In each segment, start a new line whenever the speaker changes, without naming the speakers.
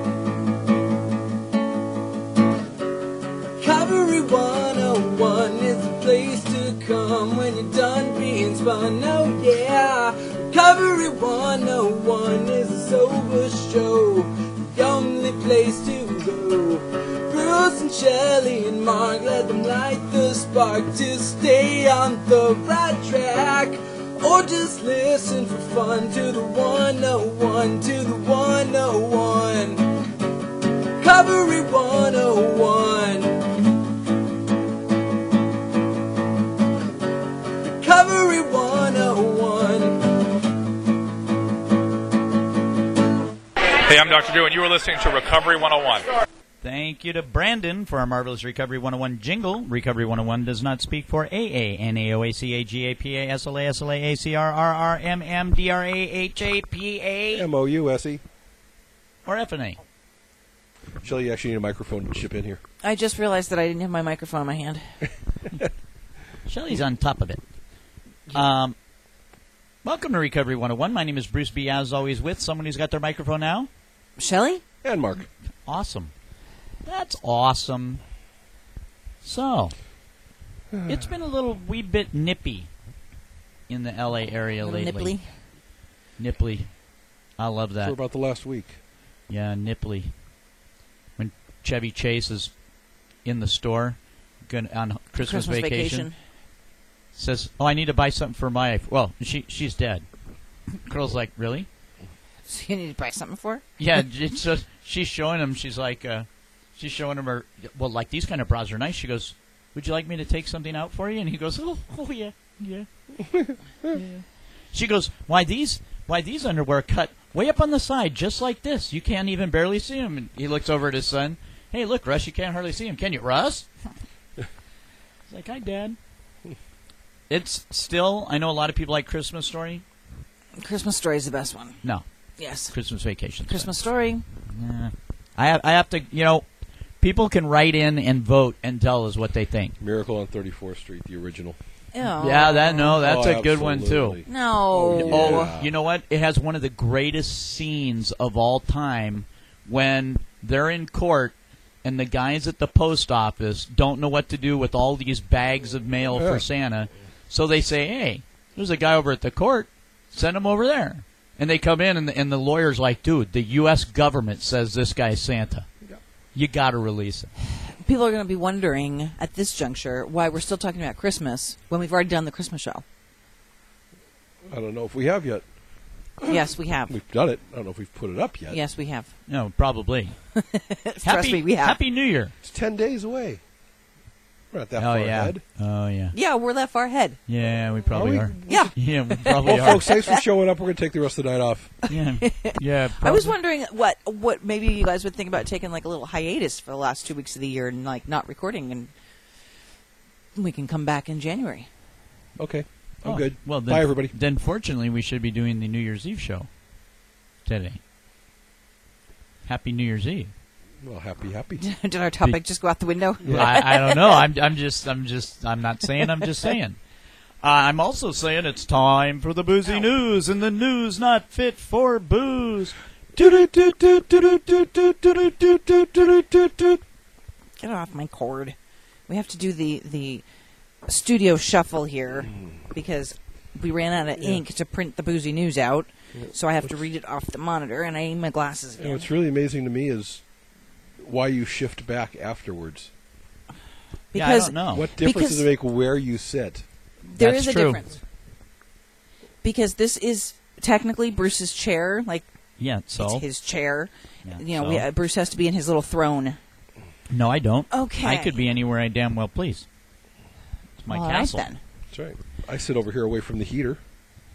oh Oh, Shelley and Mark, let them light the spark to stay on the right track. Or just listen for fun to the 101, to the 101. Recovery 101. Recovery 101.
Hey, I'm Dr. Drew, and you are listening to Recovery 101.
Thank you to Brandon for our marvelous Recovery 101 jingle. Recovery 101 does not speak for AA, NAOACAGAPA, SLA, SLA, ACR, RR, MM, DRA, HAPA,
M O U S E.
or FNA.
Shelly, you actually need a microphone to chip in here.
I just realized that I didn't have my microphone in my hand.
Shelly's on top of it. Um, welcome to Recovery 101. My name is Bruce B. As always, with someone who's got their microphone now.
Shelley?
And Mark.
Awesome. That's awesome. So, it's been a little wee bit nippy in the LA area lately.
Nipply.
Nipply. I love
For
that.
about the last week.
Yeah, nipply. When Chevy Chase is in the store gonna, on Christmas,
Christmas vacation.
says, "Oh, I need to buy something for my wife." Well, she she's dead. Girl's like, "Really?"
So you need to buy something for her?
Yeah, it's just, she's showing him. She's like, uh, she's showing him her. Well, like these kind of bras are nice. She goes, "Would you like me to take something out for you?" And he goes, "Oh, oh yeah, yeah." yeah." She goes, "Why these? Why these underwear cut way up on the side, just like this? You can't even barely see them." And he looks over at his son. Hey, look, Russ, you can't hardly see him, can you, Russ? He's like, "Hi, Dad." It's still. I know a lot of people like Christmas Story.
Christmas Story is the best one.
No,
Yes.
Christmas Vacation.
Christmas Story.
Nah. I have, I have to, you know, people can write in and vote and tell us what they think.
Miracle on 34th Street, the original.
Ew.
Yeah, that no, that's
Oh,
a good one too.
absolutely.
No.
Yeah.
Oh, you know what? It has one of the greatest scenes of all time when they're in court and the guys at the post office don't know what to do with all these bags of mail
Yeah.
for Santa. So they say, "Hey, there's a guy over at the court. Send him over there." And they come in and the, and the lawyer's like, "Dude, the US government says this guy's Santa. You got to release him."
People are going to be wondering at this juncture why we're still talking about Christmas when we've already done the Christmas show.
I don't know if we have yet.
Yes, we have.
We've done it. I don't know if we've put it up yet.
Yes, we have.
No, probably.
Trust me, we have.
Happy New Year.
It's 10 days away. We're not that
oh
far
yeah.
ahead.
Oh yeah.
Yeah, we're that far ahead.
Yeah, we probably
Are
are.
we-
Yeah.
Yeah, we probably
Well,
are.
folks, thanks for showing up. We're going to take the rest of the night off.
Yeah. Yeah.
I was
probably.
wondering what what maybe you guys would think about taking like a little hiatus for the last two weeks of the year and like not recording and we can come back in January.
Okay. I'm
Oh,
good.
Well, then,
Bye, everybody.
Then, fortunately, we should be doing the New Year's Eve show today. Happy New Year's Eve.
Well, happy, happy.
Did our topic just go out the window?
I, I don't know. I'm, I'm just, I'm just, I'm not saying. I'm just saying. Uh, I'm also saying it's time for the boozy news and the news not fit for booze.
Get off my cord. We have to do the the studio shuffle here
Mm.
because we ran out of ink to print the boozy news out. So I have to read it off the monitor, and I need my glasses
You know,
again.
what's really amazing to me is why you shift back afterwards.
Yeah, I
Because
don't know.
What difference does
Because-
it make where you sit?
There
That's
is a
true.
difference. Because this is technically Bruce's chair, like
Yeah. So
it's his chair.
Yeah,
you know,
so?
we, uh, Bruce has to be in his little throne.
No, I don't.
Okay.
I could be anywhere I damn well please. It's my
All right,
castle.
then.
That's right. I sit over here away from the heater.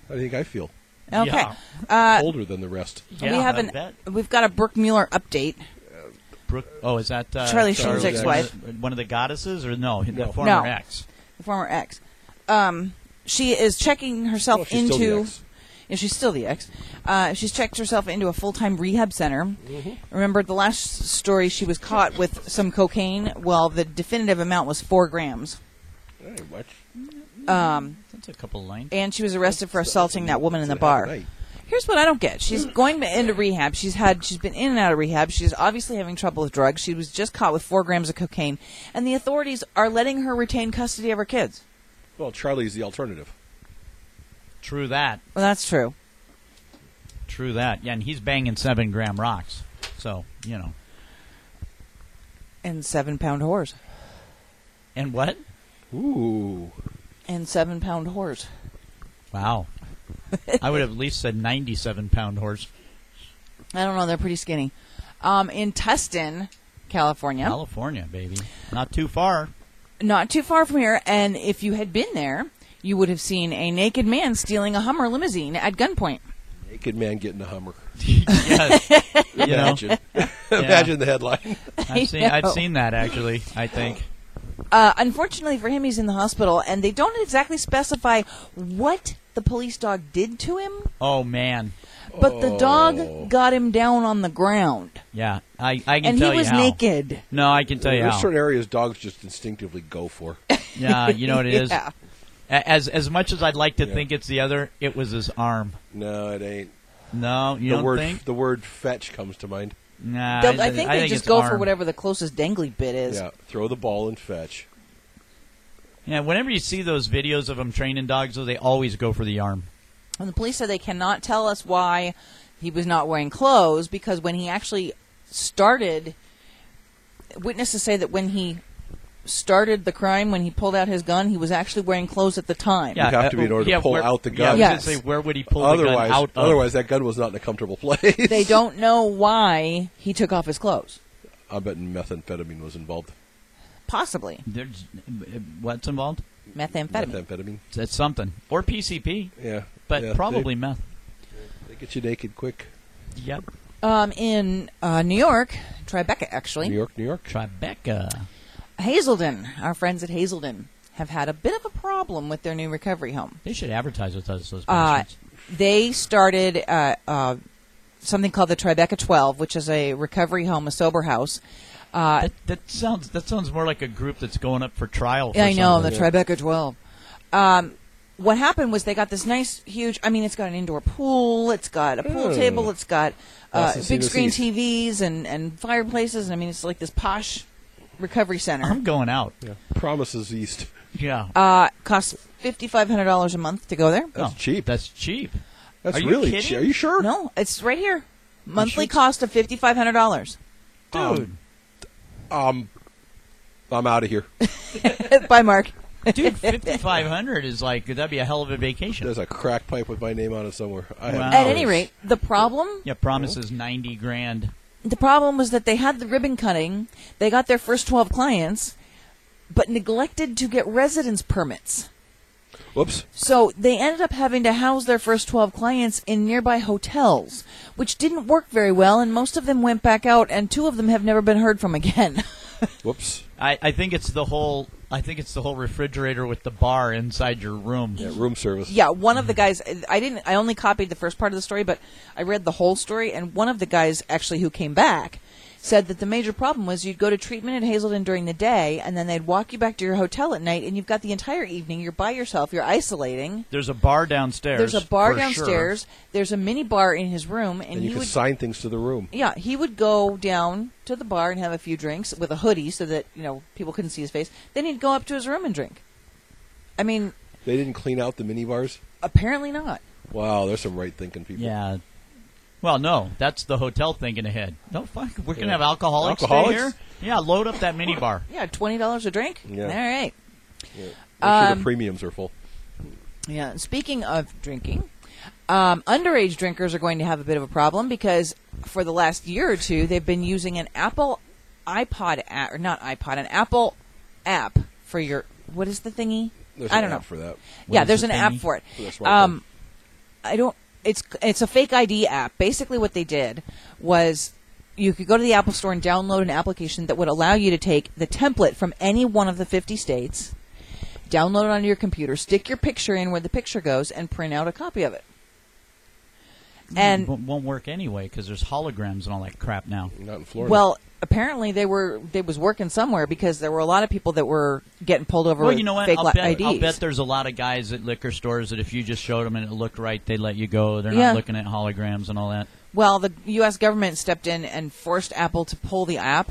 I think I feel
Okay.
Yeah. Uh,
older than the rest.
Yeah,
we have
I
an
bet.
we've got a Brooke Mueller update.
Brooke, oh, is that uh,
Charlie
Sheen's
Charlie's
ex-wife.
One of the goddesses, or no, the
No.
former
No.
ex.
the former ex. Um, she is checking herself
Well, Oh, she's
into.
still the ex.
Yeah, she's still the ex. Uh, she's checked herself into a full time rehab center.
Mm-hmm.
Remember the last story? She was caught with some cocaine. Well, the definitive amount was four grams, Um,
All right, watch.
That's a couple lines.
and she was arrested for assaulting that woman in the
It's a hell of a
bar.
night.
Here's what I don't get: she's going to- into rehab. She's had she's been in and out of rehab. She's obviously having trouble with drugs. She was just caught with four grams of cocaine, and the authorities are letting her retain custody of her kids.
Well, Charlie's the alternative.
True that.
Well, that's true.
True that. Yeah, and he's banging seven gram rocks. So you know.
and seven pound whores
And what?
Ooh.
and seven pound whores.
Wow. I would have at least said 97 pound horse.
I don't know. They're pretty skinny. Um, in Tustin, California,
California, baby. Not too far.
not too far from here. And if you had been there, you would have seen a naked man stealing a Hummer limousine at gunpoint.
Naked man getting a Hummer.
yes. You know,
Imagine. Imagine the headline.
I've seen, I've
know.
seen that actually, I think.
Uh, unfortunately for him, he's in the hospital, and they don't exactly specify what the police dog did to him,
Oh, man.
but the
Oh.
dog got him down on the ground,
Yeah. I, I can
and
tell
he was
you how.
naked.
No, I can tell you
There's
how.
certain areas dogs just instinctively go for.
Yeah, you know what it is.
Yeah.
A- As as much as I'd like to
Yeah.
think it's the other, it was his arm.
No, it ain't.
No, you
The
don't
word
think?
the word fetch comes to mind.
Nah,
They'll- I, think they just
it's
go for
arm.
whatever the closest dangly bit is.
Yeah, throw the ball and fetch.
Yeah, whenever you see those videos of them training dogs, though, they always go for the arm.
And the police said they cannot tell us why he was not wearing clothes because when he actually started, witnesses say that when he started the crime, when he pulled out his gun, he was actually wearing clothes at the time.
Yeah,
have to be in
uh,
order to
yeah,
pull
where-
out the
Yeah, I
gun.
was
Yes.
gonna say, where would he pull the
otherwise,
gun out? of?
otherwise that gun was not in a comfortable place.
They don't know why he took off his clothes.
I bet methamphetamine was involved.
Possibly
There's, what's involved?
methamphetamine.
Methamphetamine.
That's something or PCP,
Yeah,
but
yeah, they-
probably meth.
they, get you naked quick.
Yep,
Um, in uh, New York, Tribeca, actually,
New York, New York.
Tribeca.
Hazelden, our friends at Hazelden, have had a bit of a problem with their new recovery home.
They should advertise with us. Those
Uh,
bastards.
they started uh, uh, something called the Tribeca 12, which is a recovery home, a sober house. Uh,
that, that sounds that sounds more like a group that's going up for trial. For
I know, the
something.
Tribeca 12. Um, what happened was they got this nice, huge, I mean, it's got an indoor pool, it's got a
Hmm.
pool table, it's got uh,
Awesome
big screen
CDCs.
TVs and, and fireplaces. I mean, it's like this posh recovery center.
I'm going out.
Yeah. Promises East.
Yeah,
Uh, costs $5,500 a month to go there.
That's
Oh,
cheap.
That's cheap.
That's
Are you
really
kidding?
cheap. Are you sure?
No, it's right here. Monthly
should-
cost of $5,500.
Dude,
Um, I'm out of here.
Bye, Mark.
dude, fifty five hundred is like that'd be a hell of a vacation.
There's a crack pipe with my name on it somewhere. I
Wow.
have
At
hours.
any rate, the problem
yeah, promises ninety grand.
the problem was that they had the ribbon cutting, they got their first 12 clients, but neglected to get residence permits.
Whoops.
So they ended up having to house their first 12 clients in nearby hotels, which didn't work very well, and most of them went back out, and two of them have never been heard from again.
Whoops.
I, I think it's the whole. I think it's the whole refrigerator with the bar inside your room.
Yeah, room service.
yeah, one of the guys, I didn't, I only copied the first part of the story, but I read the whole story, and one of the guys actually who came back said that the major problem was you'd go to treatment at Hazelden during the day, and then they'd walk you back to your hotel at night, and you've got the entire evening, you're by yourself, you're isolating.
There's a bar downstairs.
There's a bar
for sure.
downstairs, there's a mini bar in his room, and,
And you
he
can
would.
sign things to the room.
Yeah, he would go down to the bar and have a few drinks with a hoodie so that, you know, people couldn't see his face. Then he'd go up to his room and drink. I mean,
They didn't clean out the mini bars.
apparently not.
Wow, there's some right thinking people.
Yeah. Well, no, that's the hotel thinking ahead. No, fuck, we're gonna
Yeah.
have alcoholics, stay
Alcoholics?
here. Yeah, load up that mini bar.
Yeah, $20 a drink?
Yeah.
All right.
Make sure
Um,
the premiums are full.
Yeah. Speaking of drinking, um, underage drinkers are going to have a bit of a problem because for the last year or two, they've been using an Apple iPod app, or not iPod, an Apple app for your. What is the thingy?
There's
I
an
don't know.
app for that.
yeah,
is
there's
the Oh,
an app
thingy?
for it.
For the smartphone.
Um, I don't. It's it's a fake ID app. Basically, what they did was you could go to the Apple Store and download an application that would allow you to take the template from any one of the 50 states, download it onto your computer, stick your picture in where the picture goes, and print out a copy of it.
It
And
won't- won't work anyway because there's holograms and all that crap now.
Not in Florida.
well, apparently they were they was working somewhere because there were a lot of people that were getting pulled over
Well,
with
you know what?
fake
I'll
li-
bet,
IDs.
I'll bet there's a lot of guys at liquor stores that if you just showed them and it looked right, they'd let you go. They're
Yeah.
not looking at holograms and all that.
Well, the U.S. government stepped in and forced Apple to pull the app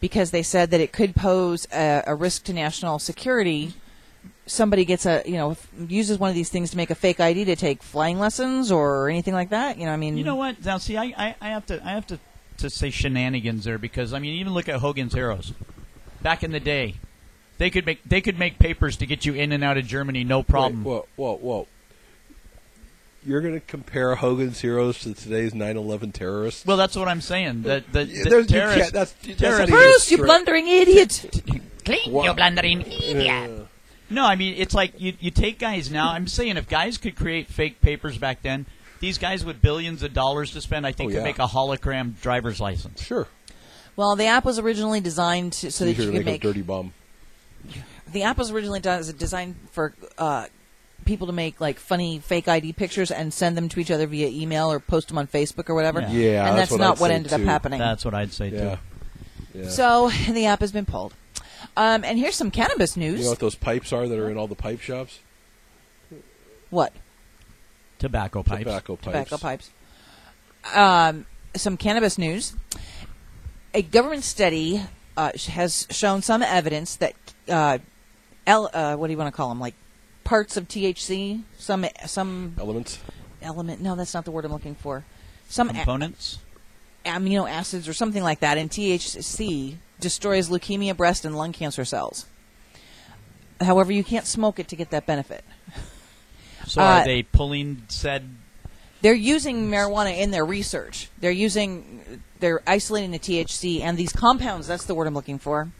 because they said that it could pose a, a risk to national security. Somebody gets a, you know, f- uses one of these things to make a fake ID to take flying lessons or anything like that. You know, I mean,
You know what? Now, see, I, I, I have to, I have to to say shenanigans there because I mean, even look at Hogan's Heroes. Back in the day, they could make they could make papers to get you in and out of Germany, no
um,
problem.
Wait, whoa, whoa, whoa. You're going to compare Hogan's Heroes to today's 9/11 terrorists?
well, that's what I'm saying. The the,
Yeah,
the
there's- you
terrorists-
can't- that's- that's
terrorists-
not even-
Bruce, you
Straight-
blundering idiot!
Clean,
Wow.
you blundering
Yeah.
idiot. No, I mean it's like you you take guys now. I'm saying if guys could create fake papers back then, these guys with billions of dollars to spend, I think,
Oh,
could
yeah.
make a hologram driver's license.
Sure.
Well, the app was originally designed to, so that
Easier
you
to
could
make,
make
a dirty bomb.
the app was originally done, designed for uh, people to make like funny fake ID pictures and send them to each other via email or post them on Facebook or whatever.
Yeah.
Yeah,
and
that's
that's,
what
not
I'd
what
say,
ended up
too.
happening.
That's what I'd say
Yeah.
too.
yeah.
So the app has been pulled. Um, and here's some cannabis news.
you know what those pipes are that are in all the pipe shops?
what?
Tobacco pipes.
Tobacco pipes.
Tobacco pipes. Um, some cannabis news. A government study uh, sh- has shown some evidence that uh, L, uh, what do you want to call them? Like parts of THC, some some
Elements.
element. No, that's not the word I'm looking for. Some a-
Components.
amino acids or something like that, and THC destroys leukemia, breast, and lung cancer cells. However, you can't smoke it to get that benefit.
So are
Uh,
they pulling said?
They're using marijuana in their research. They're using, they're isolating the THC and these compounds. That's the word I'm looking for.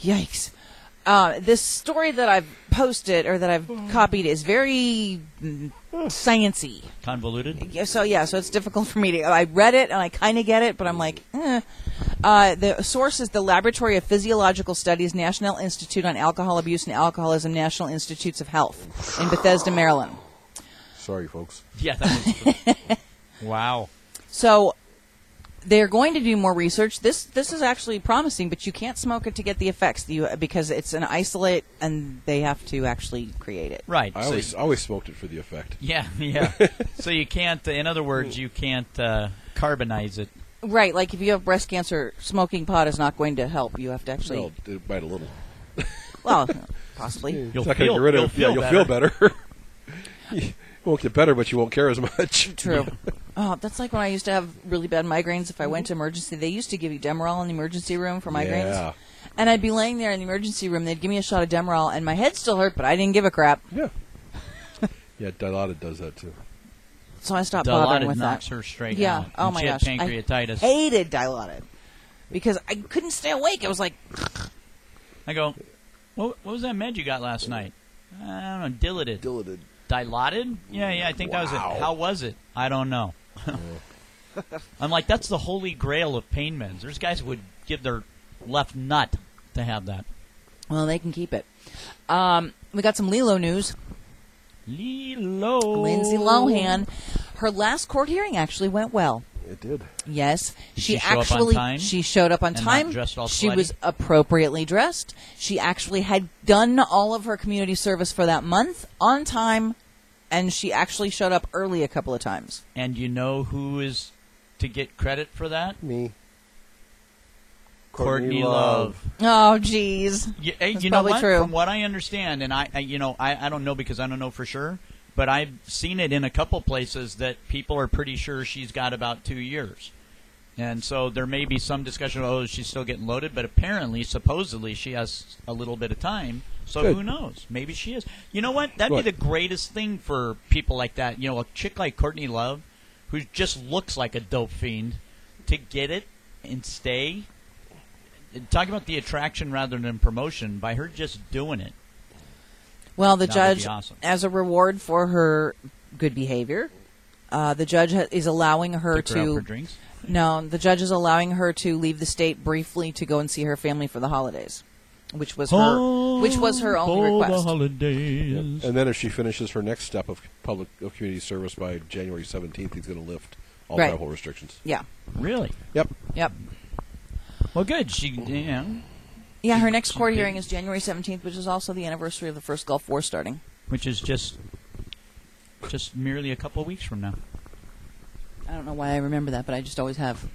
Yikes. Uh, this story that I've posted or that I've copied is very mm, sciency.
Convoluted.
Yeah, so yeah, so it's difficult for me to. I read it and I kind of get it, but I'm like, eh. uh, the source is the Laboratory of Physiological Studies, National Institute on Alcohol Abuse and Alcoholism, National Institutes of Health in Bethesda, Maryland.
Sorry, folks.
Yeah. That was, wow.
So they're going to do more research. This this is actually promising, but you can't smoke it to get the effects that you because it's an isolate, and they have to actually create it.
Right.
I
so-
always, I always smoked it for the effect.
yeah. Yeah. so you can't. uh, In other words, you can't uh, carbonize it.
Right, like if you have breast cancer, smoking pot is not going to help. You have to actually,
Well, it bite a little.
well, possibly.
You'll
it's not gonna
feel.
get rid of.
you'll feel
yeah,
better.
you'll feel better. you won't get better, but you won't care as much.
True. Oh, that's like when I used to have really bad migraines. If I went to emergency, they used to give you Demerol in the emergency room for migraines.
Yeah.
And I'd be laying there in the emergency room. They'd give me a shot of Demerol, and my head still hurt, but I didn't give a crap.
Yeah. Yeah, Dilata does that too.
So I stopped bothering
Dilaudid
with
knocks
that.
her straight
yeah.
out.
Oh
And
my
she had
gosh. I
pancreatitis.
hated Dilaudid because I couldn't stay awake. I was like,
I go, what, what was that med you got last night? I don't know, dilated.
Dilata.
Dilated? Yeah, yeah, I think that was
Wow.
it. How was it? I don't know. I'm like, that's the holy grail of pain meds. There's guys who would give their left nut to have that.
well, they can keep it. Um, we got some Lilo news.
Lilo.
Lindsay Lohan, her last court hearing actually went well.
It did.
Yes,
she show up on
actually
time?
she showed up on
And not
time.
dressed all
she
slutty?
was appropriately dressed. She actually had done all of her community service for that month on time, and she actually showed up early a couple of times.
And you know who is to get credit for that?
Me.
Courtney Love.
Oh, jeez.
Y- hey,
That's
you know
probably
what?
true.
From what I understand, and I, I you know, I, I don't know because I don't know for sure, but I've seen it in a couple places that people are pretty sure she's got about two years, and so there may be some discussion. Oh, she's still getting loaded, but apparently, supposedly, she has a little bit of time. So
Good.
who knows? Maybe she is. You know what? That'd
Right.
be the greatest thing for people like that. You know, a chick like Courtney Love, who just looks like a dope fiend, to get it and stay talking about the attraction rather than promotion by her just doing it.
Well, the
That would be
judge,
awesome.
as a reward for her good behavior, uh, the judge ha- is allowing her
Took her out
to
for drinks.
no, the judge is allowing her to leave the state briefly to go and see her family for the holidays, which was her which was her only request.
holidays.
And then if she finishes her next step of public of community service by January 17th, he's going to lift all
Right.
travel restrictions.
yeah.
Really?
Yep.
Yep.
Well, good. She, you know,
Yeah, her next court
she
hearing
did.
is January 17th, which is also the anniversary of the first Gulf War starting.
which is just, just merely a couple of weeks from now.
I don't know why I remember that, but I just always have.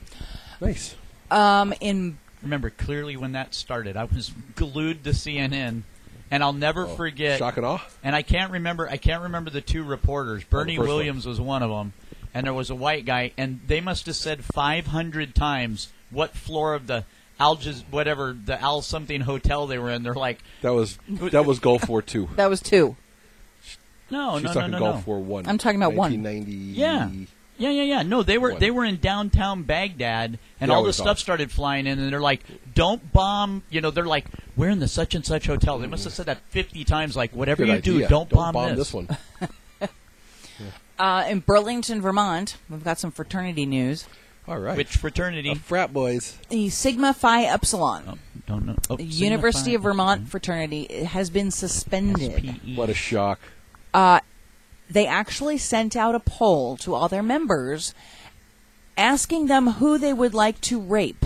Nice.
Um, in
Remember clearly when that started. I was glued to CNN, and I'll
Oh,
never forget.
Shock and awe.
and I can't remember. I can't remember the two reporters. Bernie
Oh, first one.
Williams was one of them, and there was a white guy, and they must have said 500 times what floor of the Alges, whatever the Al something hotel they were in. They're like,
That was that was Gulf War Two.
That was two.
no, Oh, no,
She's
no,
talking
no, no.
Gulf War One.
I'm talking about one.
1990.
Yeah. Yeah, yeah, yeah. No, they were
What?
they were in downtown Baghdad, and
Yeah,
all
we
this
saw
stuff
it.
started flying in, and they're like, "Don't bomb!" You know, they're like, "We're in the such and such hotel." They must have said that fifty times. Like, whatever
Good
you do,
idea.
don't, bomb,
this one.
Uh, in Burlington, Vermont, we've got some fraternity news.
All right.
Which fraternity?
Uh, frat boys?
The Sigma Phi Epsilon,
oh, don't know. Oh,
the University
Sigma
of Vermont fraternity, has been suspended. Uh,
Phi SPE.
What a shock!
they actually sent out a poll to all their members asking them who they would like to rape.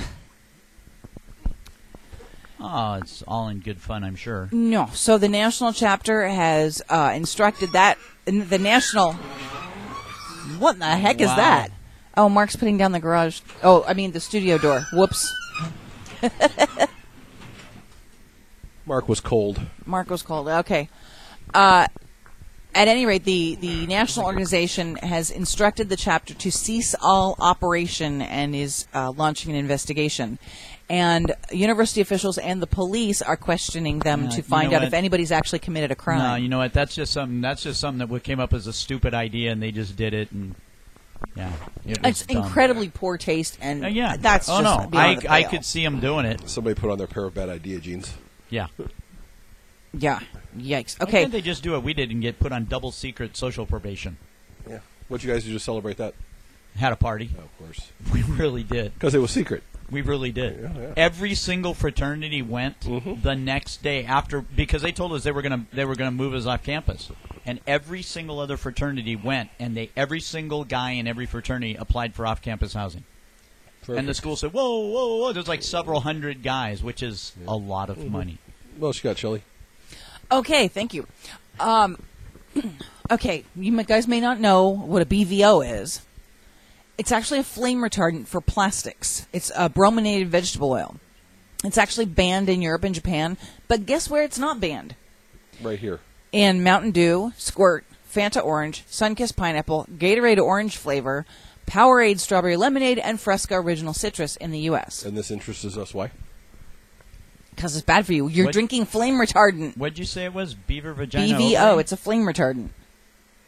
Oh, it's all in good fun, I'm sure.
No, so the national chapter has uh, instructed that in the national. What in the heck is
Wow.
that? Oh, Mark's putting down the garage. Oh, I mean the studio door. Whoops.
Mark was cold.
Marco's called. Okay. Uh, at any rate, the, the national organization has instructed the chapter to cease all operation and is uh, launching an investigation. And university officials and the police are questioning them
Yeah,
to
you
find
know
out
what?
if anybody's actually committed a crime.
No, you know what? That's just something. That's just something that w- came up as a stupid idea, and they just did it, and yeah, it was
it's
dumb.
incredibly poor taste, and
Uh, yeah,
that's
oh
just
no, I
beyond the
I
pale.
could see them doing it.
Somebody put on their pair of bad idea jeans.
Yeah.
yeah, yikes.
Why
Okay,
didn't they just do it? We did and get put on double secret social probation.
Yeah. What you guys do to celebrate that?
Had a party.
Oh, of course,
We really did.
because it was secret.
We really did.
Yeah, Mm-hmm. yeah.
Every single fraternity went the next day after because they told us they were gonna they were gonna move us off campus, and every single other fraternity went, and they every single guy in every fraternity applied for off campus housing. And the
Perfect.
school said, "Whoa, whoa, whoa!" There's like several hundred guys, which is a lot of
Mm-hmm.
money.
well, she got chili.
okay, thank you. Um, okay, you m- guys may not know what a BVO is. It's actually a flame retardant for plastics. It's a brominated vegetable oil. It's actually banned in Europe and Japan, but guess where it's not banned?
right here.
in Mountain Dew, Squirt, Fanta Orange, Sunkissed Pineapple, Gatorade Orange flavor, Powerade Strawberry Lemonade, and Fresca Original Citrus in the U.S.
And this interests us. Why?
Because it's bad for you. You're
What-
drinking flame retardant.
What'd you say it was? Beaver vagina.
BVO.
ovary?
It's a flame retardant.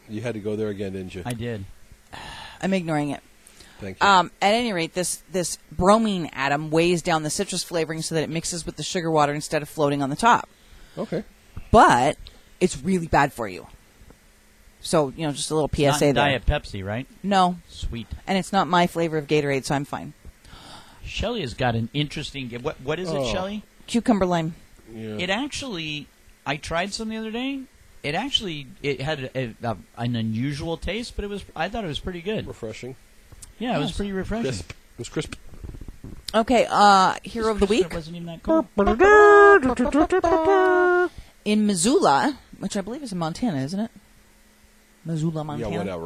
You had to go there again, didn't you?
I Uh, did.
I'm ignoring it.
Thank you.
Um, at any rate, this this bromine atom weighs down the citrus flavoring so that it mixes with the sugar water instead of floating on the top.
okay.
But it's really bad for you. So you know, just a little PSA
Not
there.
Diet Pepsi, right?
No,
Sweet.
and it's not my flavor of Gatorade, so I'm fine.
Shelly has got an interesting. g- What what is it,
Oh.
Shelly?
Cucumber lime.
Yeah.
It actually, I tried some the other day. It actually it had a, a, an unusual taste, but it was I thought it was pretty good.
Refreshing.
Yeah, it was
Yes.
pretty refreshing.
Crisp. It was crisp.
Okay, uh, hero of the
It
week
wasn't even that cold.
in Missoula, which I believe is in Montana, isn't it? Missoula,
Yeah,
Montana.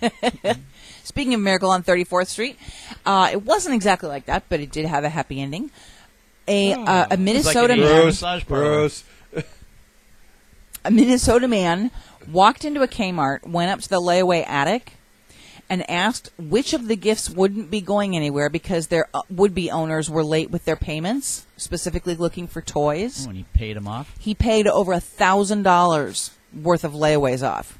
whatever.
Speaking of Miracle on 34th Street, uh, it wasn't exactly like that, but it did have a happy ending. A, uh, a Minnesota
Hmm. an
man,
Asian-
Gross.
Massage parlor.
Gross.
a Minnesota man walked into a Kmart, went up to the layaway attic, and asked which of the gifts wouldn't be going anywhere because their uh, would-be owners were late with their payments, specifically looking for toys.
When he paid him off,
he paid over a thousand dollars worth of layaways off.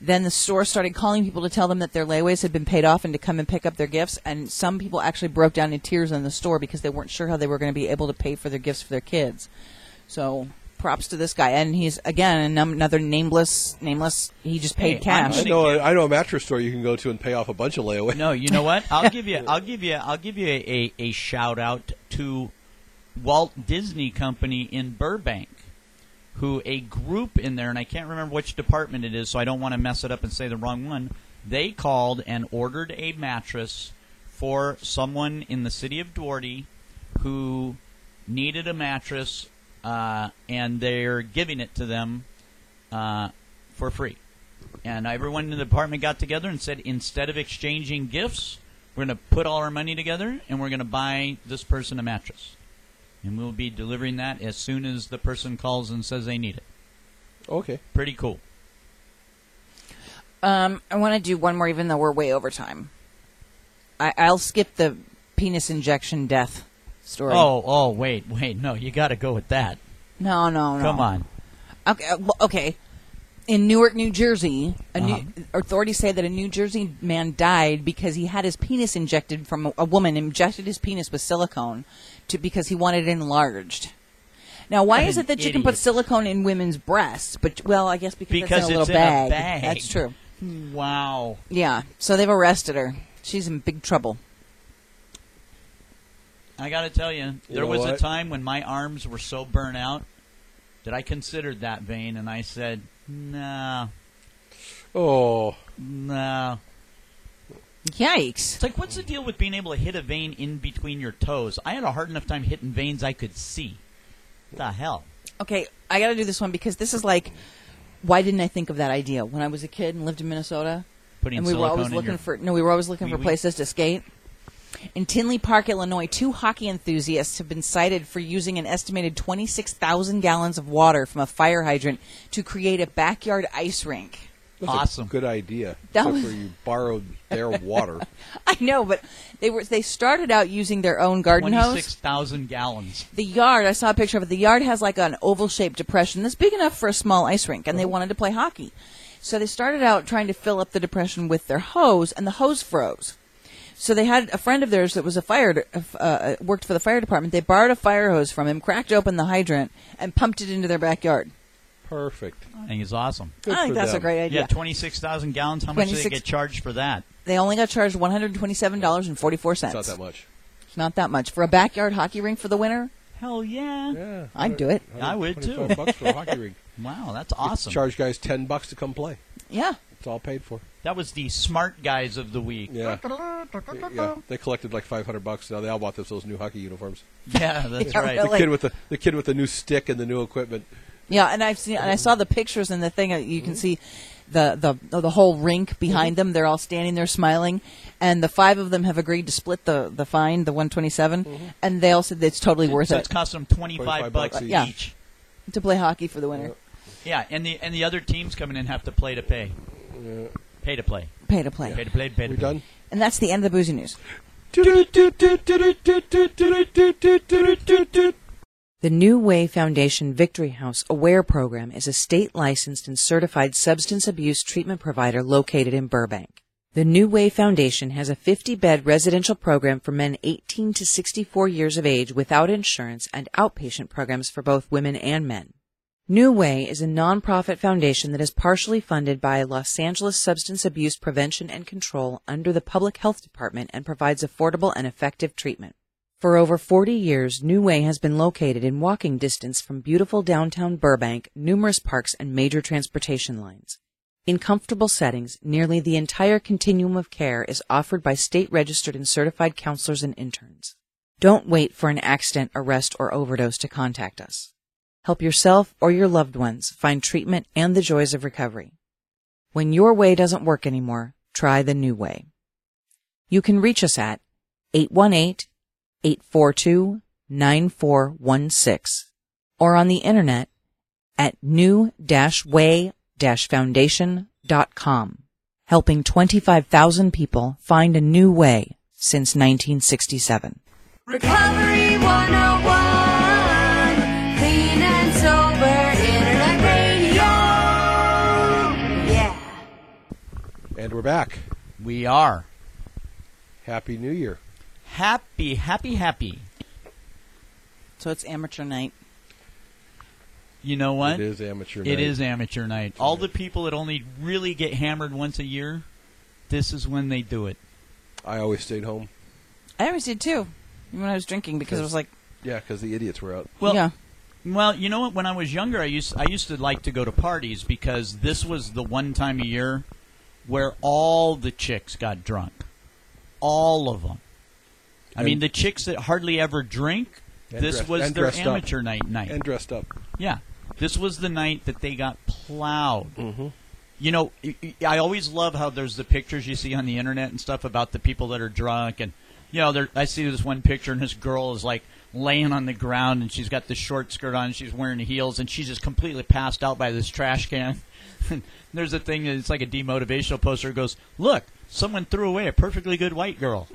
Then the store started calling people to tell them that their layaways had been paid off and to come and pick up their gifts. And some people actually broke down in tears in the store because they weren't sure how they were going to be able to pay for their gifts for their kids. So props to this guy, and he's again a num- another nameless, nameless. He just paid
Hey,
cash.
I know. I know a mattress store you can go to and pay off a bunch of layaway.
no, you know what? I'll give you I'll give you I'll give you a, a shout out to Walt Disney Company in Burbank, who a group in there, and I can't remember which department it is, so I don't want to mess it up and say the wrong one. They called and ordered a mattress for someone in the city of Duarte who needed a mattress, uh, and they're giving it to them uh, for free. And everyone in the department got together and said, instead of exchanging gifts, we're going to put all our money together and we're going to buy this person a mattress. And we'll be delivering that as soon as the person calls and says they need it.
Okay.
Pretty cool.
Um, I want to do one more, even though we're way over time. I, I'll skip the penis injection death story.
Oh, oh, wait, wait. No, you got to go with that.
no, no, no!
Come on.
Okay, uh, well, okay. In Newark, New Jersey, a
Uh-huh.
new, authorities say that a New Jersey man died because he had his penis injected from a, a woman injected his penis with silicone to because he wanted it enlarged. Now, why
What
is
an
it that you can put
idiot.
silicone in women's breasts? But well, I guess because,
Because
it's in a
it's in
little
a
bag.
bag.
That's true.
Wow.
Yeah. So they've arrested her. She's in big trouble.
I got to tell you, there
know
was a
what?
time when my arms were so burnt out that I considered that vein, and I said, "No,
Oh,
no."
Yikes!
It's like, what's the deal with being able to hit a vein in between your toes? I had a hard enough time hitting veins I could see. the hell?
Okay, I got to do this one because this is like, why didn't I think of that idea when I was a kid and lived in Minnesota?
Putting
and we were
silicone
always
in
looking
your
for no, we were always looking for
Wee-wee.
places to skate. In Tinley Park, Illinois, two hockey enthusiasts have been cited for using an estimated 26,000 gallons of water from a fire hydrant to create a backyard ice rink.
that's a
Awesome.
good idea.
That
Except
was-
for you borrowed their water.
I know, but they were they started out using their own garden hose.
twenty-six thousand gallons.
the yard i saw a picture of it the yard has like an oval shaped depression that's big enough for a small ice rink and they
Mm-hmm.
wanted to play hockey so they started out trying to fill up the depression with their hose and the hose froze so they had a friend of theirs that was a fire de- uh, uh, worked for the fire department they borrowed a fire hose from him cracked open the hydrant and pumped it into their backyard
Perfect.
I think it's awesome.
Good
i think
for
that's a
them.
great idea
Yeah, twenty-six thousand gallons. How much do they
26
get charged for that?
they only got charged $127.44
It's not that much.
It's not that much for a backyard hockey rink for the winter
Hell yeah!
Yeah,
i'd do it
I would, too.
125 bucks for a hockey rink.
Wow, that's awesome.
Charge guys ten bucks to come play.
yeah
It's all paid for.
That was the smart guys of the week.
Yeah, yeah. They collected like five hundred bucks. Now they all bought themselves new hockey uniforms.
Yeah, that's
Yeah,
right.
really.
The kid with the the kid with the new stick and the new equipment.
Yeah, and I've seen and I saw the pictures and the thing uh, you can see the oh, the the whole rink behind them. They're all standing there smiling, and the five of them have agreed to split the the fine, the one and they all said that it's totally worth
so
it
it's cost them twenty-five
25
bucks
bucks
each.
each.
to play hockey for the winter.
Yeah, and the and the other teams coming in have to play to pay. Pay to play.
Pay to play,
Pay to play. Pay to play.
We done?
and that's the end of the boozy news. The New Way Foundation Victory House Aware Program is a state licensed and certified substance abuse treatment provider located in Burbank. The New Way Foundation has a 50 bed residential program for men 18 to 64 years of age without insurance and outpatient programs for both women and men. New Way is a nonprofit foundation that is partially funded by Los Angeles Substance Abuse Prevention and Control under the Public Health Department and provides affordable and effective treatment. For over 40 years, New Way has been located in walking distance from beautiful downtown Burbank, numerous parks, and major transportation lines. In comfortable settings, nearly the entire continuum of care is offered by state registered and certified counselors and interns. Don't wait for an accident, arrest, or overdose to contact us. Help yourself or your loved ones find treatment and the joys of recovery. When your way doesn't work anymore, try the new way. You can reach us at 818 842 9416 or on the internet at new-way-foundation.com, helping 25,000 people find a new way since 1967.
Recovery 101, clean and sober, internet radio. Yeah.
And we're back.
We are
Happy New Year.
happy, happy, happy.
So it's amateur night.
You know what?
It is amateur.
It
night.
is amateur night. All the people that only really get hammered once a year, this is when they do it.
I always stayed home.
I always did too when I was drinking because I was like,
Yeah, because the idiots were out.
Well,
yeah.
Well, you know what? When I was younger, I used I used to like to go to parties because this was the one time a year where all the chicks got drunk, all of them. I mean,
And-
the chicks that hardly ever drink.
And
This
dressed-
was
and
their
dressed up.
amateur night night.
and dressed up.
yeah, this was the night that they got plowed. Mm-hmm. You know, y- y- I always love how there's the pictures you see on the internet and stuff about the people that are drunk, and you know, there, I see this one picture and this girl is like laying on the ground, and she's got the short skirt on, and she's wearing heels, and she's just completely passed out by this trash can. And There's a thing that it's like a demotivational poster. It goes, "Look, someone threw away a perfectly good white girl."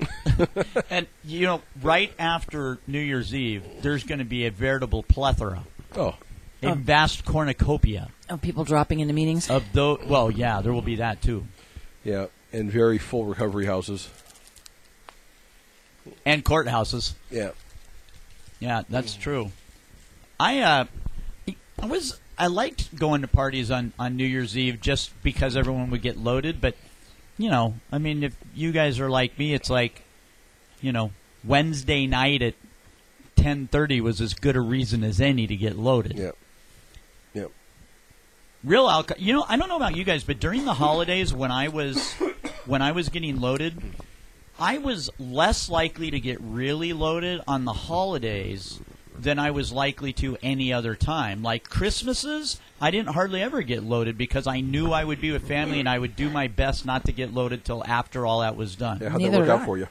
and you know, right after New Year's Eve, there's going to be a veritable plethora,
Oh,
a vast cornucopia
Oh, people dropping into meetings.
of those. Well, yeah, there will be that too.
yeah, and very full recovery houses.
and courthouses.
Yeah,
Yeah, that's true. I uh, I was I liked going to parties on on New Year's Eve just because everyone would get loaded. But you know, I mean, if you guys are like me, it's like you know Wednesday night at ten thirty was as good a reason as any to get loaded.
yeah, yeah.
Real alcohol. You know, I don't know about you guys, but during the holidays when I was when I was getting loaded, I was less likely to get really loaded on the holidays than I was likely to any other time. Like Christmases, I didn't hardly ever get loaded because I knew I would be with family and I would do my best not to get loaded till after all that was done.
yeah how'd that
Neither
work
did
out
I.
for you?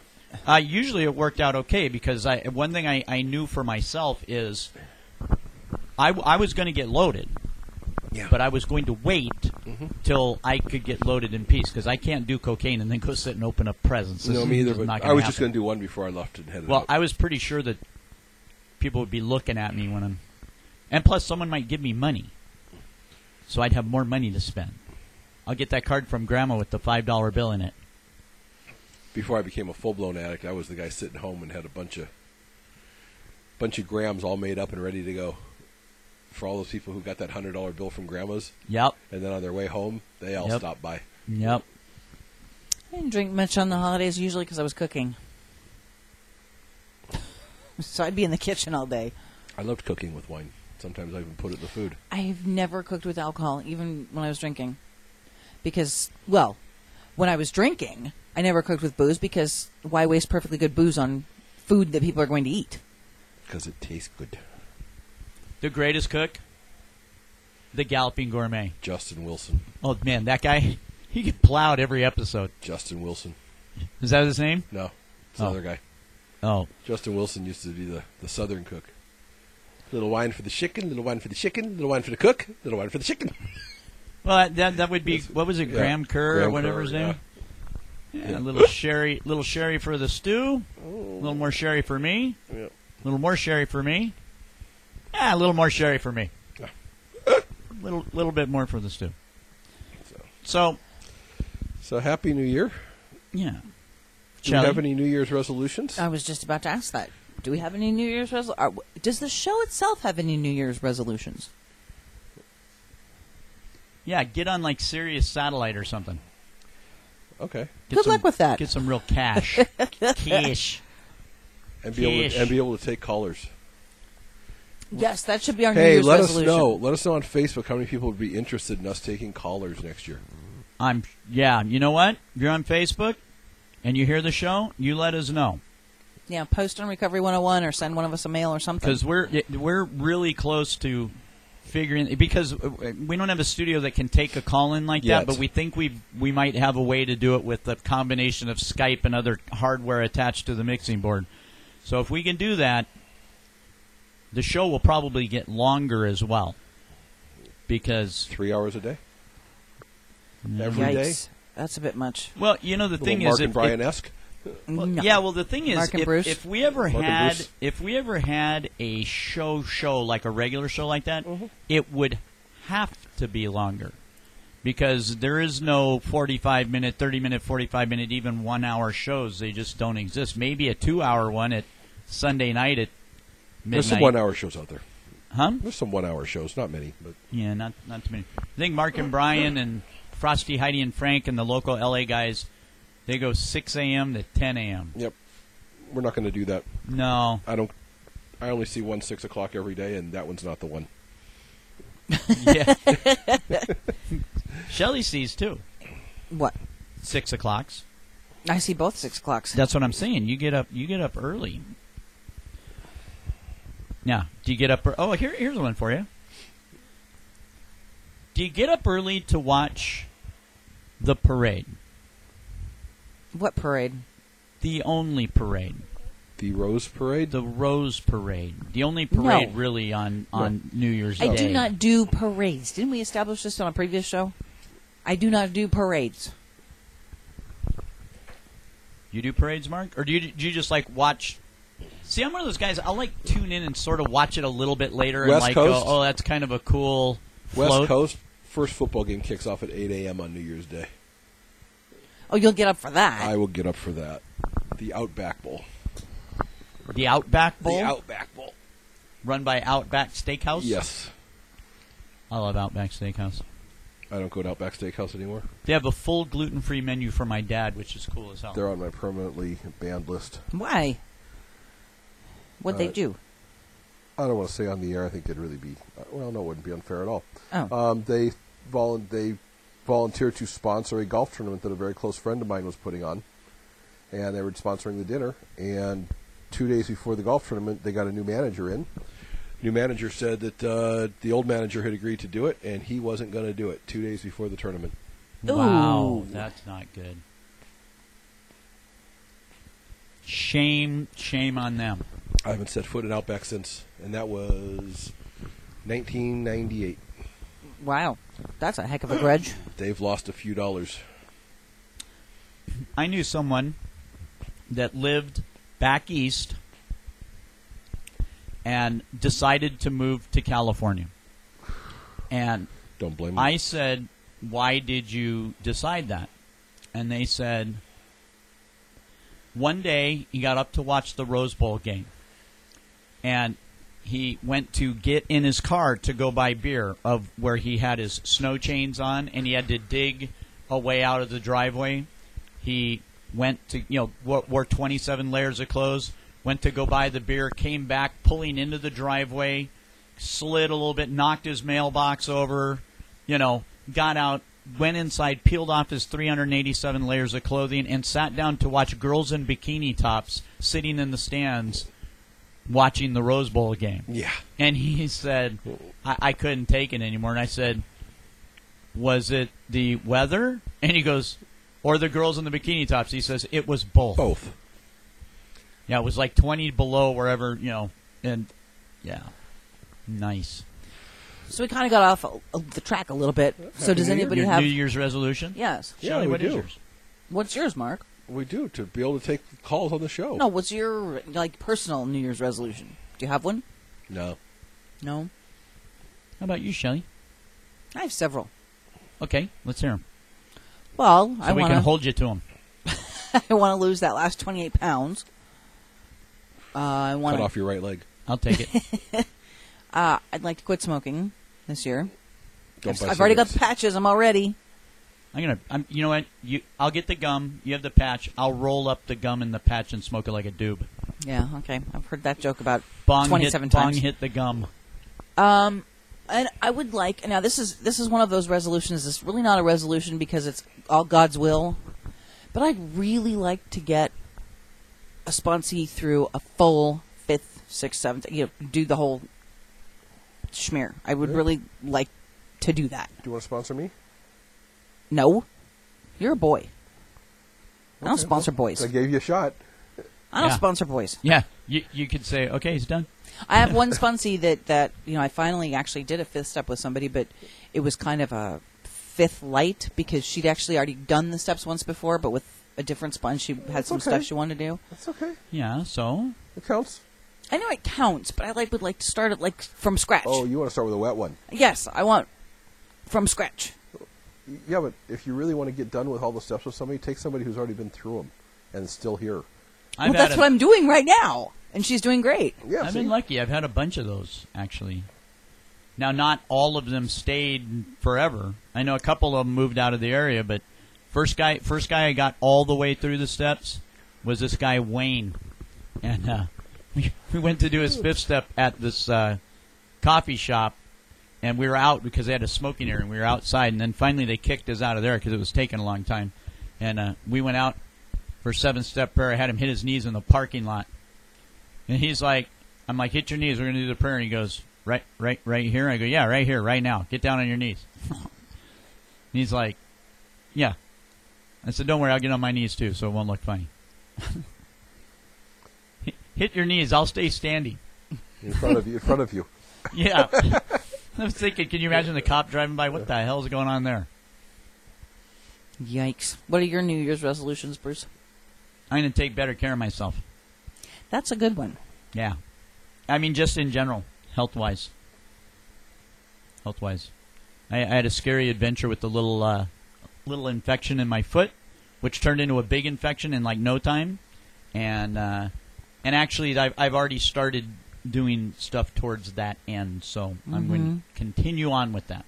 Uh, usually it worked out okay because I one thing I, I knew for myself is I, w- I was going to get loaded,
Yeah. Mm-hmm.
but I was going to wait till I could get loaded in peace because I can't do cocaine and then go sit and open up presents. This
No,
is
me either.
just
But
not
I was
happen.
just going to do one before I left and headed
Well,
out.
I was pretty sure that people would be looking at me when I'm, and plus someone might give me money, so I'd have more money to spend. I'll get that card from Grandma with the five dollar bill in it.
before I became a full blown addict, I was the guy sitting home and had a bunch of bunch of grams all made up and ready to go for all those people who got that hundred dollar bill from grandma's,
Yep,
and then on their way home they all
Yep.
stopped by.
yep.
I didn't drink much on the holidays usually because I was cooking. So I'd be in the kitchen all day.
I loved cooking with wine. Sometimes I even put it in the food.
I've never cooked with alcohol, even when I was drinking. Because, well, when I was drinking, I never cooked with booze because why waste perfectly good booze on food that people are going to eat?
Because it tastes good.
The greatest cook, the Galloping Gourmet.
Justin Wilson.
Oh man, that guy, he get plowed every episode.
Justin Wilson.
Is that his name?
No. It's
Oh.
another guy.
Oh,
Justin Wilson used to be the, the southern cook. Little wine for the chicken, little wine for the chicken, little wine for the cook, little wine for the chicken.
well that that would be what was it,
Yeah.
Graham Kerr or
Graham
whatever
Kerr,
his name. Yeah, a little sherry, little sherry for the stew. A little more sherry for me.
Yeah.
A little more sherry for me. Yeah, a little more sherry for me. little little bit more for the stew.
So,
So
so happy new year.
yeah.
Do you
Shelley?
have any New Year's resolutions?
I was just about to ask that. Do we have any New Year's resolutions? Does the show itself have any New Year's resolutions?
Yeah, get on like Sirius Satellite or something.
okay,
Get
Good
some-
luck with that.
Get some real cash. cash.
and be able
Yeesh.
to, and be able to take callers.
Yes, that should be our New
Hey,
Year's
let
resolution.
us know. Let us know on Facebook how many people would be interested in us taking callers next year.
I'm yeah, you know what? If you're on Facebook and you hear the show, you let us know
Yeah, post on Recovery 101 or send one of us a mail or something.
cuz we're it- we're really close to figuring because uh, we don't have a studio that can take a call in like
Yet.
that, but we think we we might have a way to do it with a combination of Skype and other hardware attached to the mixing board. So if we can do that, the show will probably get longer as well. Because
Three hours a day, every day.
Yikes. That's a bit much.
well, you know the
Little
Mm. thing
Mark
is
and
if- if,
Brian esque.
Well,
No.
Yeah, well, the thing is,
Mark and
if,
Bruce?
if we ever
Mark and
had,
Bruce?
if we ever had a show, show like a regular show like that,
Mm-hmm.
it would have to be longer because there is no forty-five minute, thirty minute, forty-five minute, even one-hour shows. They just don't exist. Maybe a two-hour one at Sunday night at midnight.
There's some one-hour shows out there.
huh?
There's some one-hour shows, not many, but
Yeah, not not too many. I think Mark and Brian and Frosty, Heidi, and Frank and the local LA guys, they go six a.m. to ten a.m.
yep, we're not going to do that.
No,
I don't. I only see one six o'clock every day, and that one's not the one.
Yeah. Shelly sees too.
What?
Six o'clocks.
I see both six o'clocks.
That's what I'm saying. You get up. You get up early. Now, do you get up? ear- Oh, here, here's one for you. Do you get up early to watch the parade?
What parade?
The only parade.
The Rose Parade.
The Rose Parade, the only parade
No.
really on on New Year's
I
Day.
do not do parades. Didn't we establish this on a previous show? I do not do parades.
You do parades, Mark, or do you do you just like watch? See, I'm one of those guys. I'll like tune in and sort of watch it a little bit later, and
West
like,
Coast?
Go, oh, that's kind of a cool
West
float.
Coast first football game kicks off at 8 a.m. on New Year's Day.
Oh, you'll get up for that.
I will get up for that. The Outback Bowl.
The Outback Bowl,
The Outback Bowl.
run by Outback Steakhouse.
Yes.
I love Outback Steakhouse.
I don't go to Outback Steakhouse anymore.
They have a full gluten-free menu for my dad, which is cool as hell.
They're on my permanently banned list.
Why? What would they
Uh,
do?
I don't want to say on the air. I think it'd really be well. No, it wouldn't be unfair at all.
Oh.
Um, they vol- they volunteered to sponsor a golf tournament that a very close friend of mine was putting on, and they were sponsoring the dinner. And two days before the golf tournament, they got a new manager in. New manager said that uh, the old manager had agreed to do it, and he wasn't going to do it. Two days before the tournament,
Wow,
Ooh.
that's not good. Shame, shame on them.
I haven't set foot in Outback since, and that was 1998.
Wow, that's a heck of a grudge.
They've lost a few dollars.
I knew someone that lived back east and decided to move to California. And
Don't blame me.
I said, Why did you decide that? And they said, One day he got up to watch the Rose Bowl game. And he went to get in his car to go buy beer, of where he had his snow chains on and he had to dig a way out of the driveway. He went to, you know, wore, wore 27 layers of clothes, went to go buy the beer, came back pulling into the driveway, slid a little bit, knocked his mailbox over, you know, got out, went inside, peeled off his 387 layers of clothing, and sat down to watch girls in bikini tops sitting in the stands watching the Rose Bowl game.
yeah.
And he said, I, I couldn't take it anymore. And I said, Was it the weather? And he goes, Or the girls in the bikini tops? He says, It was both.
Both.
Yeah, it was like 20 below, wherever, you know. And yeah, nice.
So we kind of got off uh, the track a little bit. So does
New Year.
anybody
Your
have?
New Year's resolution?
Yes.
Yeah,
Shelley,
we
what is
do.
yours?
What's yours, Mark?
We do to be able to take calls on the show.
No. What's your like personal New Year's resolution? Do you have one?
no.
No.
How about you, Shelly?
I have several.
Okay, let's hear them.
Well, I
So we
want
can
to.
hold you to them.
I want to lose that last twenty-eight pounds. Uh, I want
Cut
to.
off your right leg.
I'll take it.
Uh, I'd like to quit smoking this year.
Don't
I've,
buy
I've already got the
cigarettes.
patches. I'm already.
I'm gonna. I'm, you know what? You. I'll get the gum. You have the patch. I'll roll up the gum in the patch and smoke it like a doob.
Yeah. Okay. I've heard that joke about
Bong
twenty-seven
hit,
times.
Bong hit the gum.
Um, and I would like now. This is this is one of those resolutions. It's really not a resolution because it's all God's will. But I'd really like to get a sponsee through a full fifth, sixth, seventh. You know, do the whole schmear. I would really like to do that.
Do you want to sponsor me?
No, you're a boy. I don't sponsor boys.
I gave you a shot.
I don't
Yeah.
sponsor boys.
Yeah. You. You could say, okay, he's done.
I have one sponsee that that you know I finally actually did a fifth step with somebody, but it was kind of a fifth light because she'd actually already done the steps once before, but with a different sponge, she had some
okay.
stuff she wanted to do.
That's okay.
Yeah. So.
It counts.
I know it counts, but I like would like to start it like from scratch.
Oh, you want to start with a wet one?
yes, I want from scratch.
Yeah, but if you really want to get done with all the steps with somebody, take somebody who's already been through them and is still here.
I've
well,
had
that's
a,
what I'm doing right now, and she's doing great.
Yeah,
I've
see?
been lucky. I've had a bunch of those actually. Now, not all of them stayed forever. I know a couple of them moved out of the area, but first guy, first guy I got all the way through the steps was this guy Wayne, and uh, we, we went to do his fifth step at this uh, coffee shop, and we were out because they had a smoking area, and we were outside, and then finally they kicked us out of there because it was taking a long time, and uh, we went out for seventh step prayer. I had him hit his knees in the parking lot. And he's like, I'm like, hit your knees. We're going to do the prayer. And he goes, right, right, right here. I go, yeah, right here, right now. Get down on your knees. and he's like, yeah. I said, don't worry, I'll get on my knees too, so it won't look funny. He- Hit your knees. I'll stay standing.
in front of you. In front of you.
Yeah. I was thinking, can you imagine the cop driving by? What the hell's going on there?
Yikes. What are your New Year's resolutions, Bruce?
I'm going to take better care of myself.
That's a good one.
Yeah. I mean, just in general, health wise. Health wise. I, I had a scary adventure with the little, uh, little infection in my foot, which turned into a big infection in like no time. And, uh, and actually, I've, I've already started doing stuff towards that end, so I'm going to continue on with that.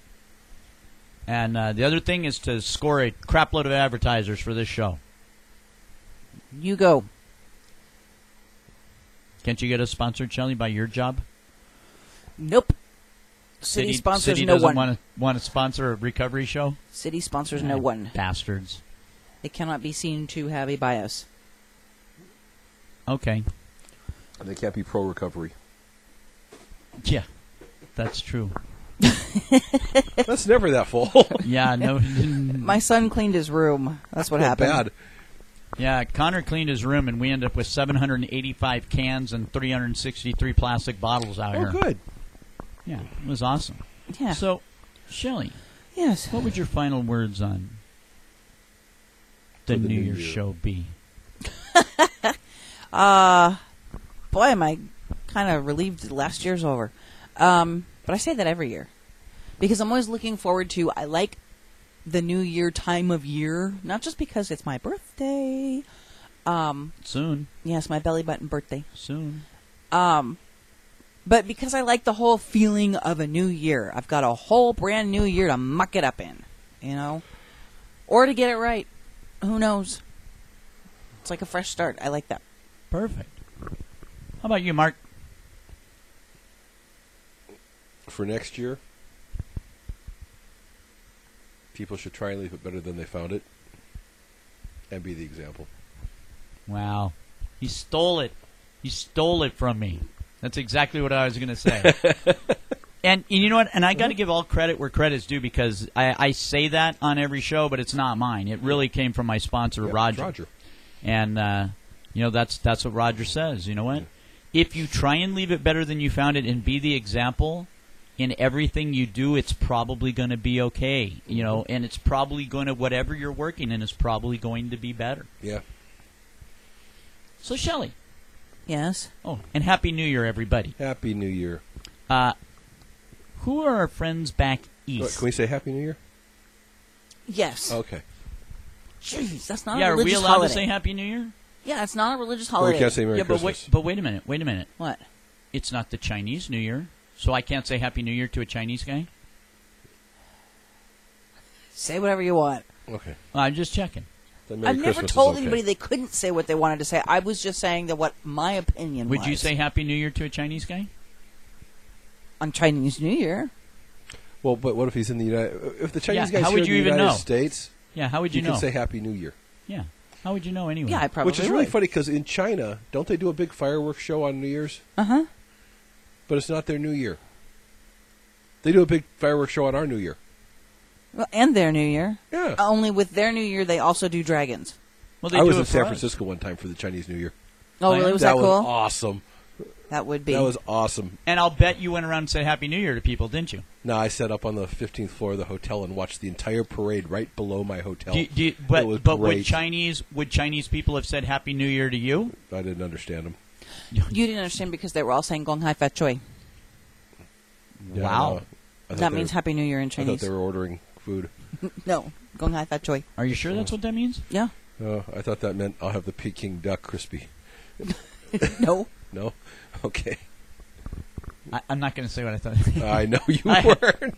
And uh, the other thing is to score a crapload of advertisers for this show.
You go.
Can't you get us sponsored, Shelly, by your job?
Nope. City, sponsors
City
no
doesn't
one.
Want to want to sponsor a recovery show.
City sponsors no one.
Bastards.
They cannot be seen to have a bias.
Okay.
And they can't be pro recovery.
Yeah, that's true.
That's never that full.
Yeah, no.
My son cleaned his room. That's what happened.
Bad.
yeah, Connor cleaned his room, and we end up with 785 cans and 363 plastic bottles out
Oh,
here.
good.
Yeah, it was awesome.
Yeah.
So, Shelley,
yes.
what would your final words on the,
the
New,
new
Year's
year.
show be?
boy, am I kind of relieved that last year's over. Um, but I say that every year because I'm always looking forward to. I like the new year time of year, not just because it's my birthday. Um,
Soon,
yes, my belly button birthday.
soon.
Um, but because I like the whole feeling of a new year. I've got a whole brand new year to muck it up in, you know, or to get it right. Who knows? It's like a fresh start. I like that.
Perfect. How about you, Mark?
For next year, people should try and leave it better than they found it, and be the example.
Wow. He stole it. He stole it from me. That's exactly what I was going to say. and, and you know what? And I got to give all credit where credit's due because I, I say that on every show, but it's not mine. It really came from my sponsor,
Yeah,
Roger.
Roger.
And uh, you know that's that's what Roger says. You know what? If you try and leave it better than you found it and be the example in everything you do, it's probably going to be okay. You know, and it's probably going to whatever you're working in is probably going to be better.
Yeah.
So, Shelley.
Yes.
Oh, and Happy New Year, everybody.
Happy New Year.
Uh, who are our friends back
What,
east?
can we say Happy New Year?
Yes.
Okay.
Jeez, that's not
yeah,
a
are we
religious
allowed
holiday.
to say Happy New Year?
yeah, it's not a religious
Well, we
holiday.
can't say Merry
yeah, but
Christmas.
wait, but wait a minute, wait a minute.
what?
It's not the Chinese New Year, so I can't say Happy New Year to a Chinese guy.
Say whatever you want.
Okay.
Well, I'm just checking.
Then Merry
I've never
Christmas is
told
okay.
anybody they couldn't say what they wanted to say. I was just saying that what my opinion
Would
was.
you say Happy New Year to a Chinese guy?
on Chinese New Year?
Well, but what if he's in the United? If the Chinese
Yeah,
guy's
how
here
would
in
you
the
even
United
know?
States,
Yeah, how would you,
you
know?
can say Happy New Year.
yeah, how would you know anyway?
Yeah, I probably
Hmm. Which is really funny because in China, don't they do a big fireworks show on New Year's?
Uh huh.
But it's not their New Year. They do a big fireworks show on our New Year.
Well, and their New Year. Uh,
Yeah.
Only with their New Year, they also do dragons.
well, they
I
do
was
it
in
for
San
us.
Francisco one time for the Chinese New Year.
Oh,
Oh, yeah?
really? Was
that
that,
was
cool?
awesome.
That would be.
That was awesome.
and I'll bet you went around and said Happy New Year to people, didn't you?
No, I sat up on the 15th floor of the hotel and watched the entire parade right below my hotel.
Do you, do you-
it was
but but
great.
would Chinese would Chinese people have said Happy New Year to you?
I didn't understand them.
you didn't understand because they were all saying Gong Hai Fat Choi.
Yeah,
Wow.
I know. I thought
That
they
means
were-
Happy New Year in
I thought
Chinese.
they were ordering food.
No, Gong Hai Fat Choi.
Are you sure that's what that means?
Yeah.
Oh, I thought that meant I'll have the Peking duck crispy.
No.
No? Okay.
I, I'm not going to say what I thought.
I know you
I-
weren't.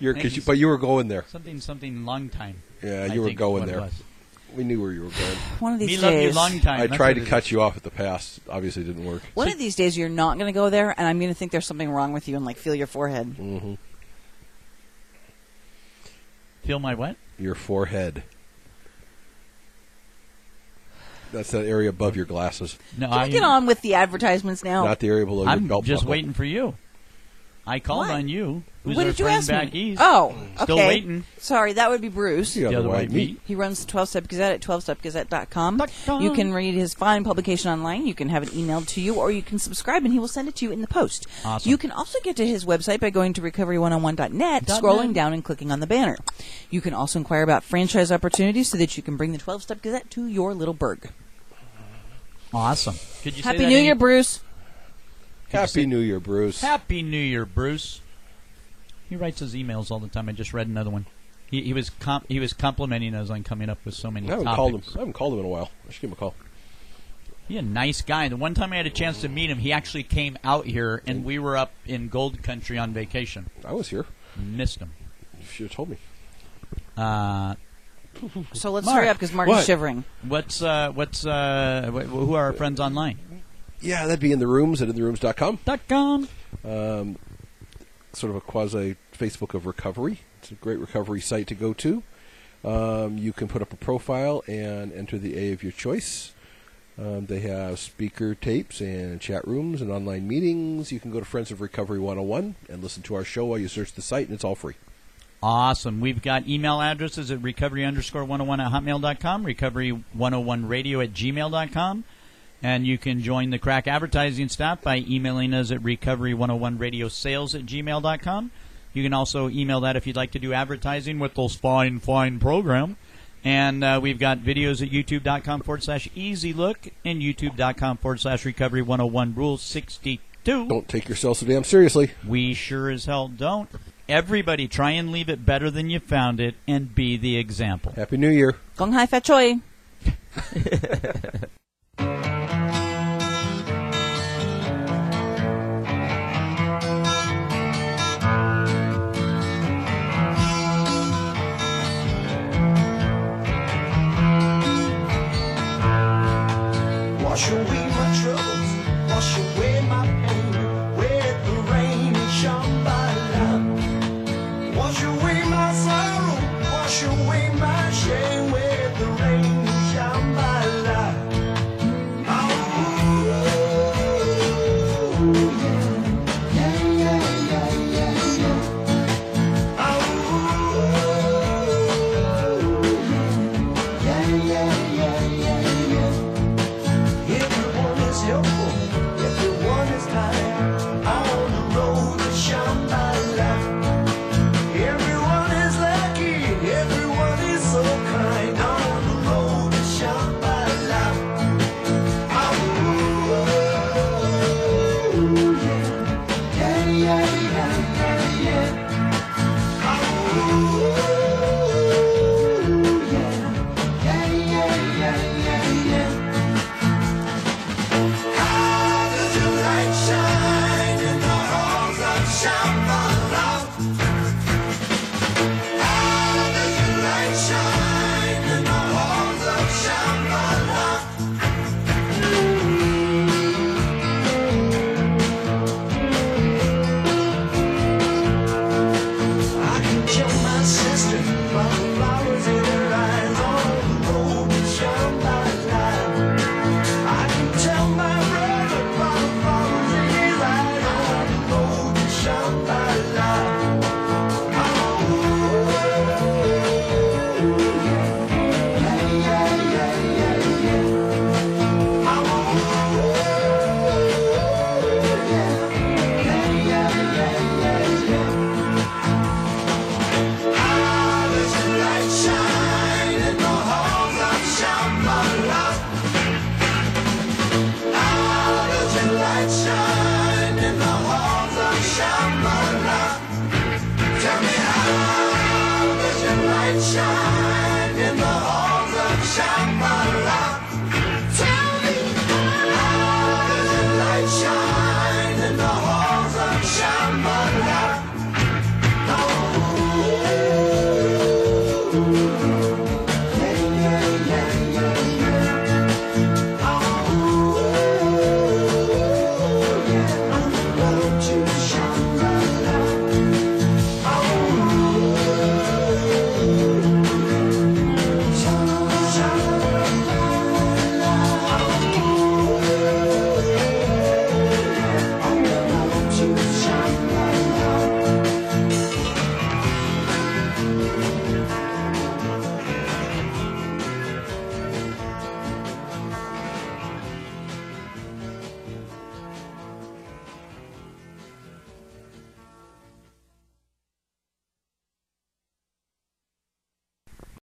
You're,
Thank
cause
you.
you, but you were going there.
Something, something, long time.
Yeah,
I
you were
think
going
what it
there.
was.
We knew where you were going.
One of these
Me
days.
love you long time.
I
That's
tried
what it
to cut you off at the pass. Obviously, it didn't work.
One of these days, you're not going to go there, and I'm going to think there's something wrong with you and like feel your forehead.
is. Feel my what?
Your forehead. That's that area above your glasses,
No,
Can
I,
we get on with the advertisements now?
not the area below your
I'm
belt
just
buckle.
waiting for you. I called
What?
on you. Who's
what
our
did you
friend
ask
back
me?
east?
Oh, okay.
Still waiting.
Sorry, that would be Bruce.
Yeah.
the other white meat.
He runs the 12 Step Gazette at 12stepgazette.com.
Dot com.
You can read his fine publication online. You can have it emailed to you, or you can subscribe and he will send it to you in the post.
Awesome.
You can also get to his website by going to recovery101.net,
Dot
scrolling
net.
down, and clicking on the banner. You can also inquire about franchise opportunities so that you can bring the 12 Step Gazette to your little burg.
Awesome. Could you say
Happy
that
New
any-
Year, Bruce.
Happy New Year, Bruce.
Happy New Year, Bruce. He writes his emails all the time. I just read another one. He, he was com- he was complimenting us on coming up with so many
I haven't
topics.
called him. I haven't called him in a while. I should give him a call.
He's a nice guy. The one time I had a chance to meet him, he actually came out here, and we were up in Gold Country on vacation.
I was here.
Missed him.
You should have told me.
Uh,
So let's
Mark.
hurry up because Mark is
What?
shivering.
what's uh, what's uh, wh- who are our friends online?
Yeah, that'd be in the rooms at intherooms.com.
Dot com.
Sort of a quasi Facebook of recovery. It's a great recovery site to go to. Um, you can put up a profile and enter the A of your choice. Um, they have speaker tapes and chat rooms and online meetings. You can go to Friends of Recovery 101 and listen to our show while you search the site, and it's all free.
Awesome. We've got email addresses at recovery underscore 101 at hotmail.com, recovery 101 radio at gmail.com. And you can join the crack advertising staff by emailing us at recovery 101 radio sales at gmail.com. You can also email that if you'd like to do advertising with those fine, fine program. And uh, we've got videos at youtube.com forward slash easy look and youtube.com forward slash recovery 101 rule 62.
Don't take yourself so damn seriously.
We sure as hell don't. Everybody try and leave it better than you found it and be the example.
Happy New Year.
Gong Hai Fat Choi.
Wash away my troubles, wash away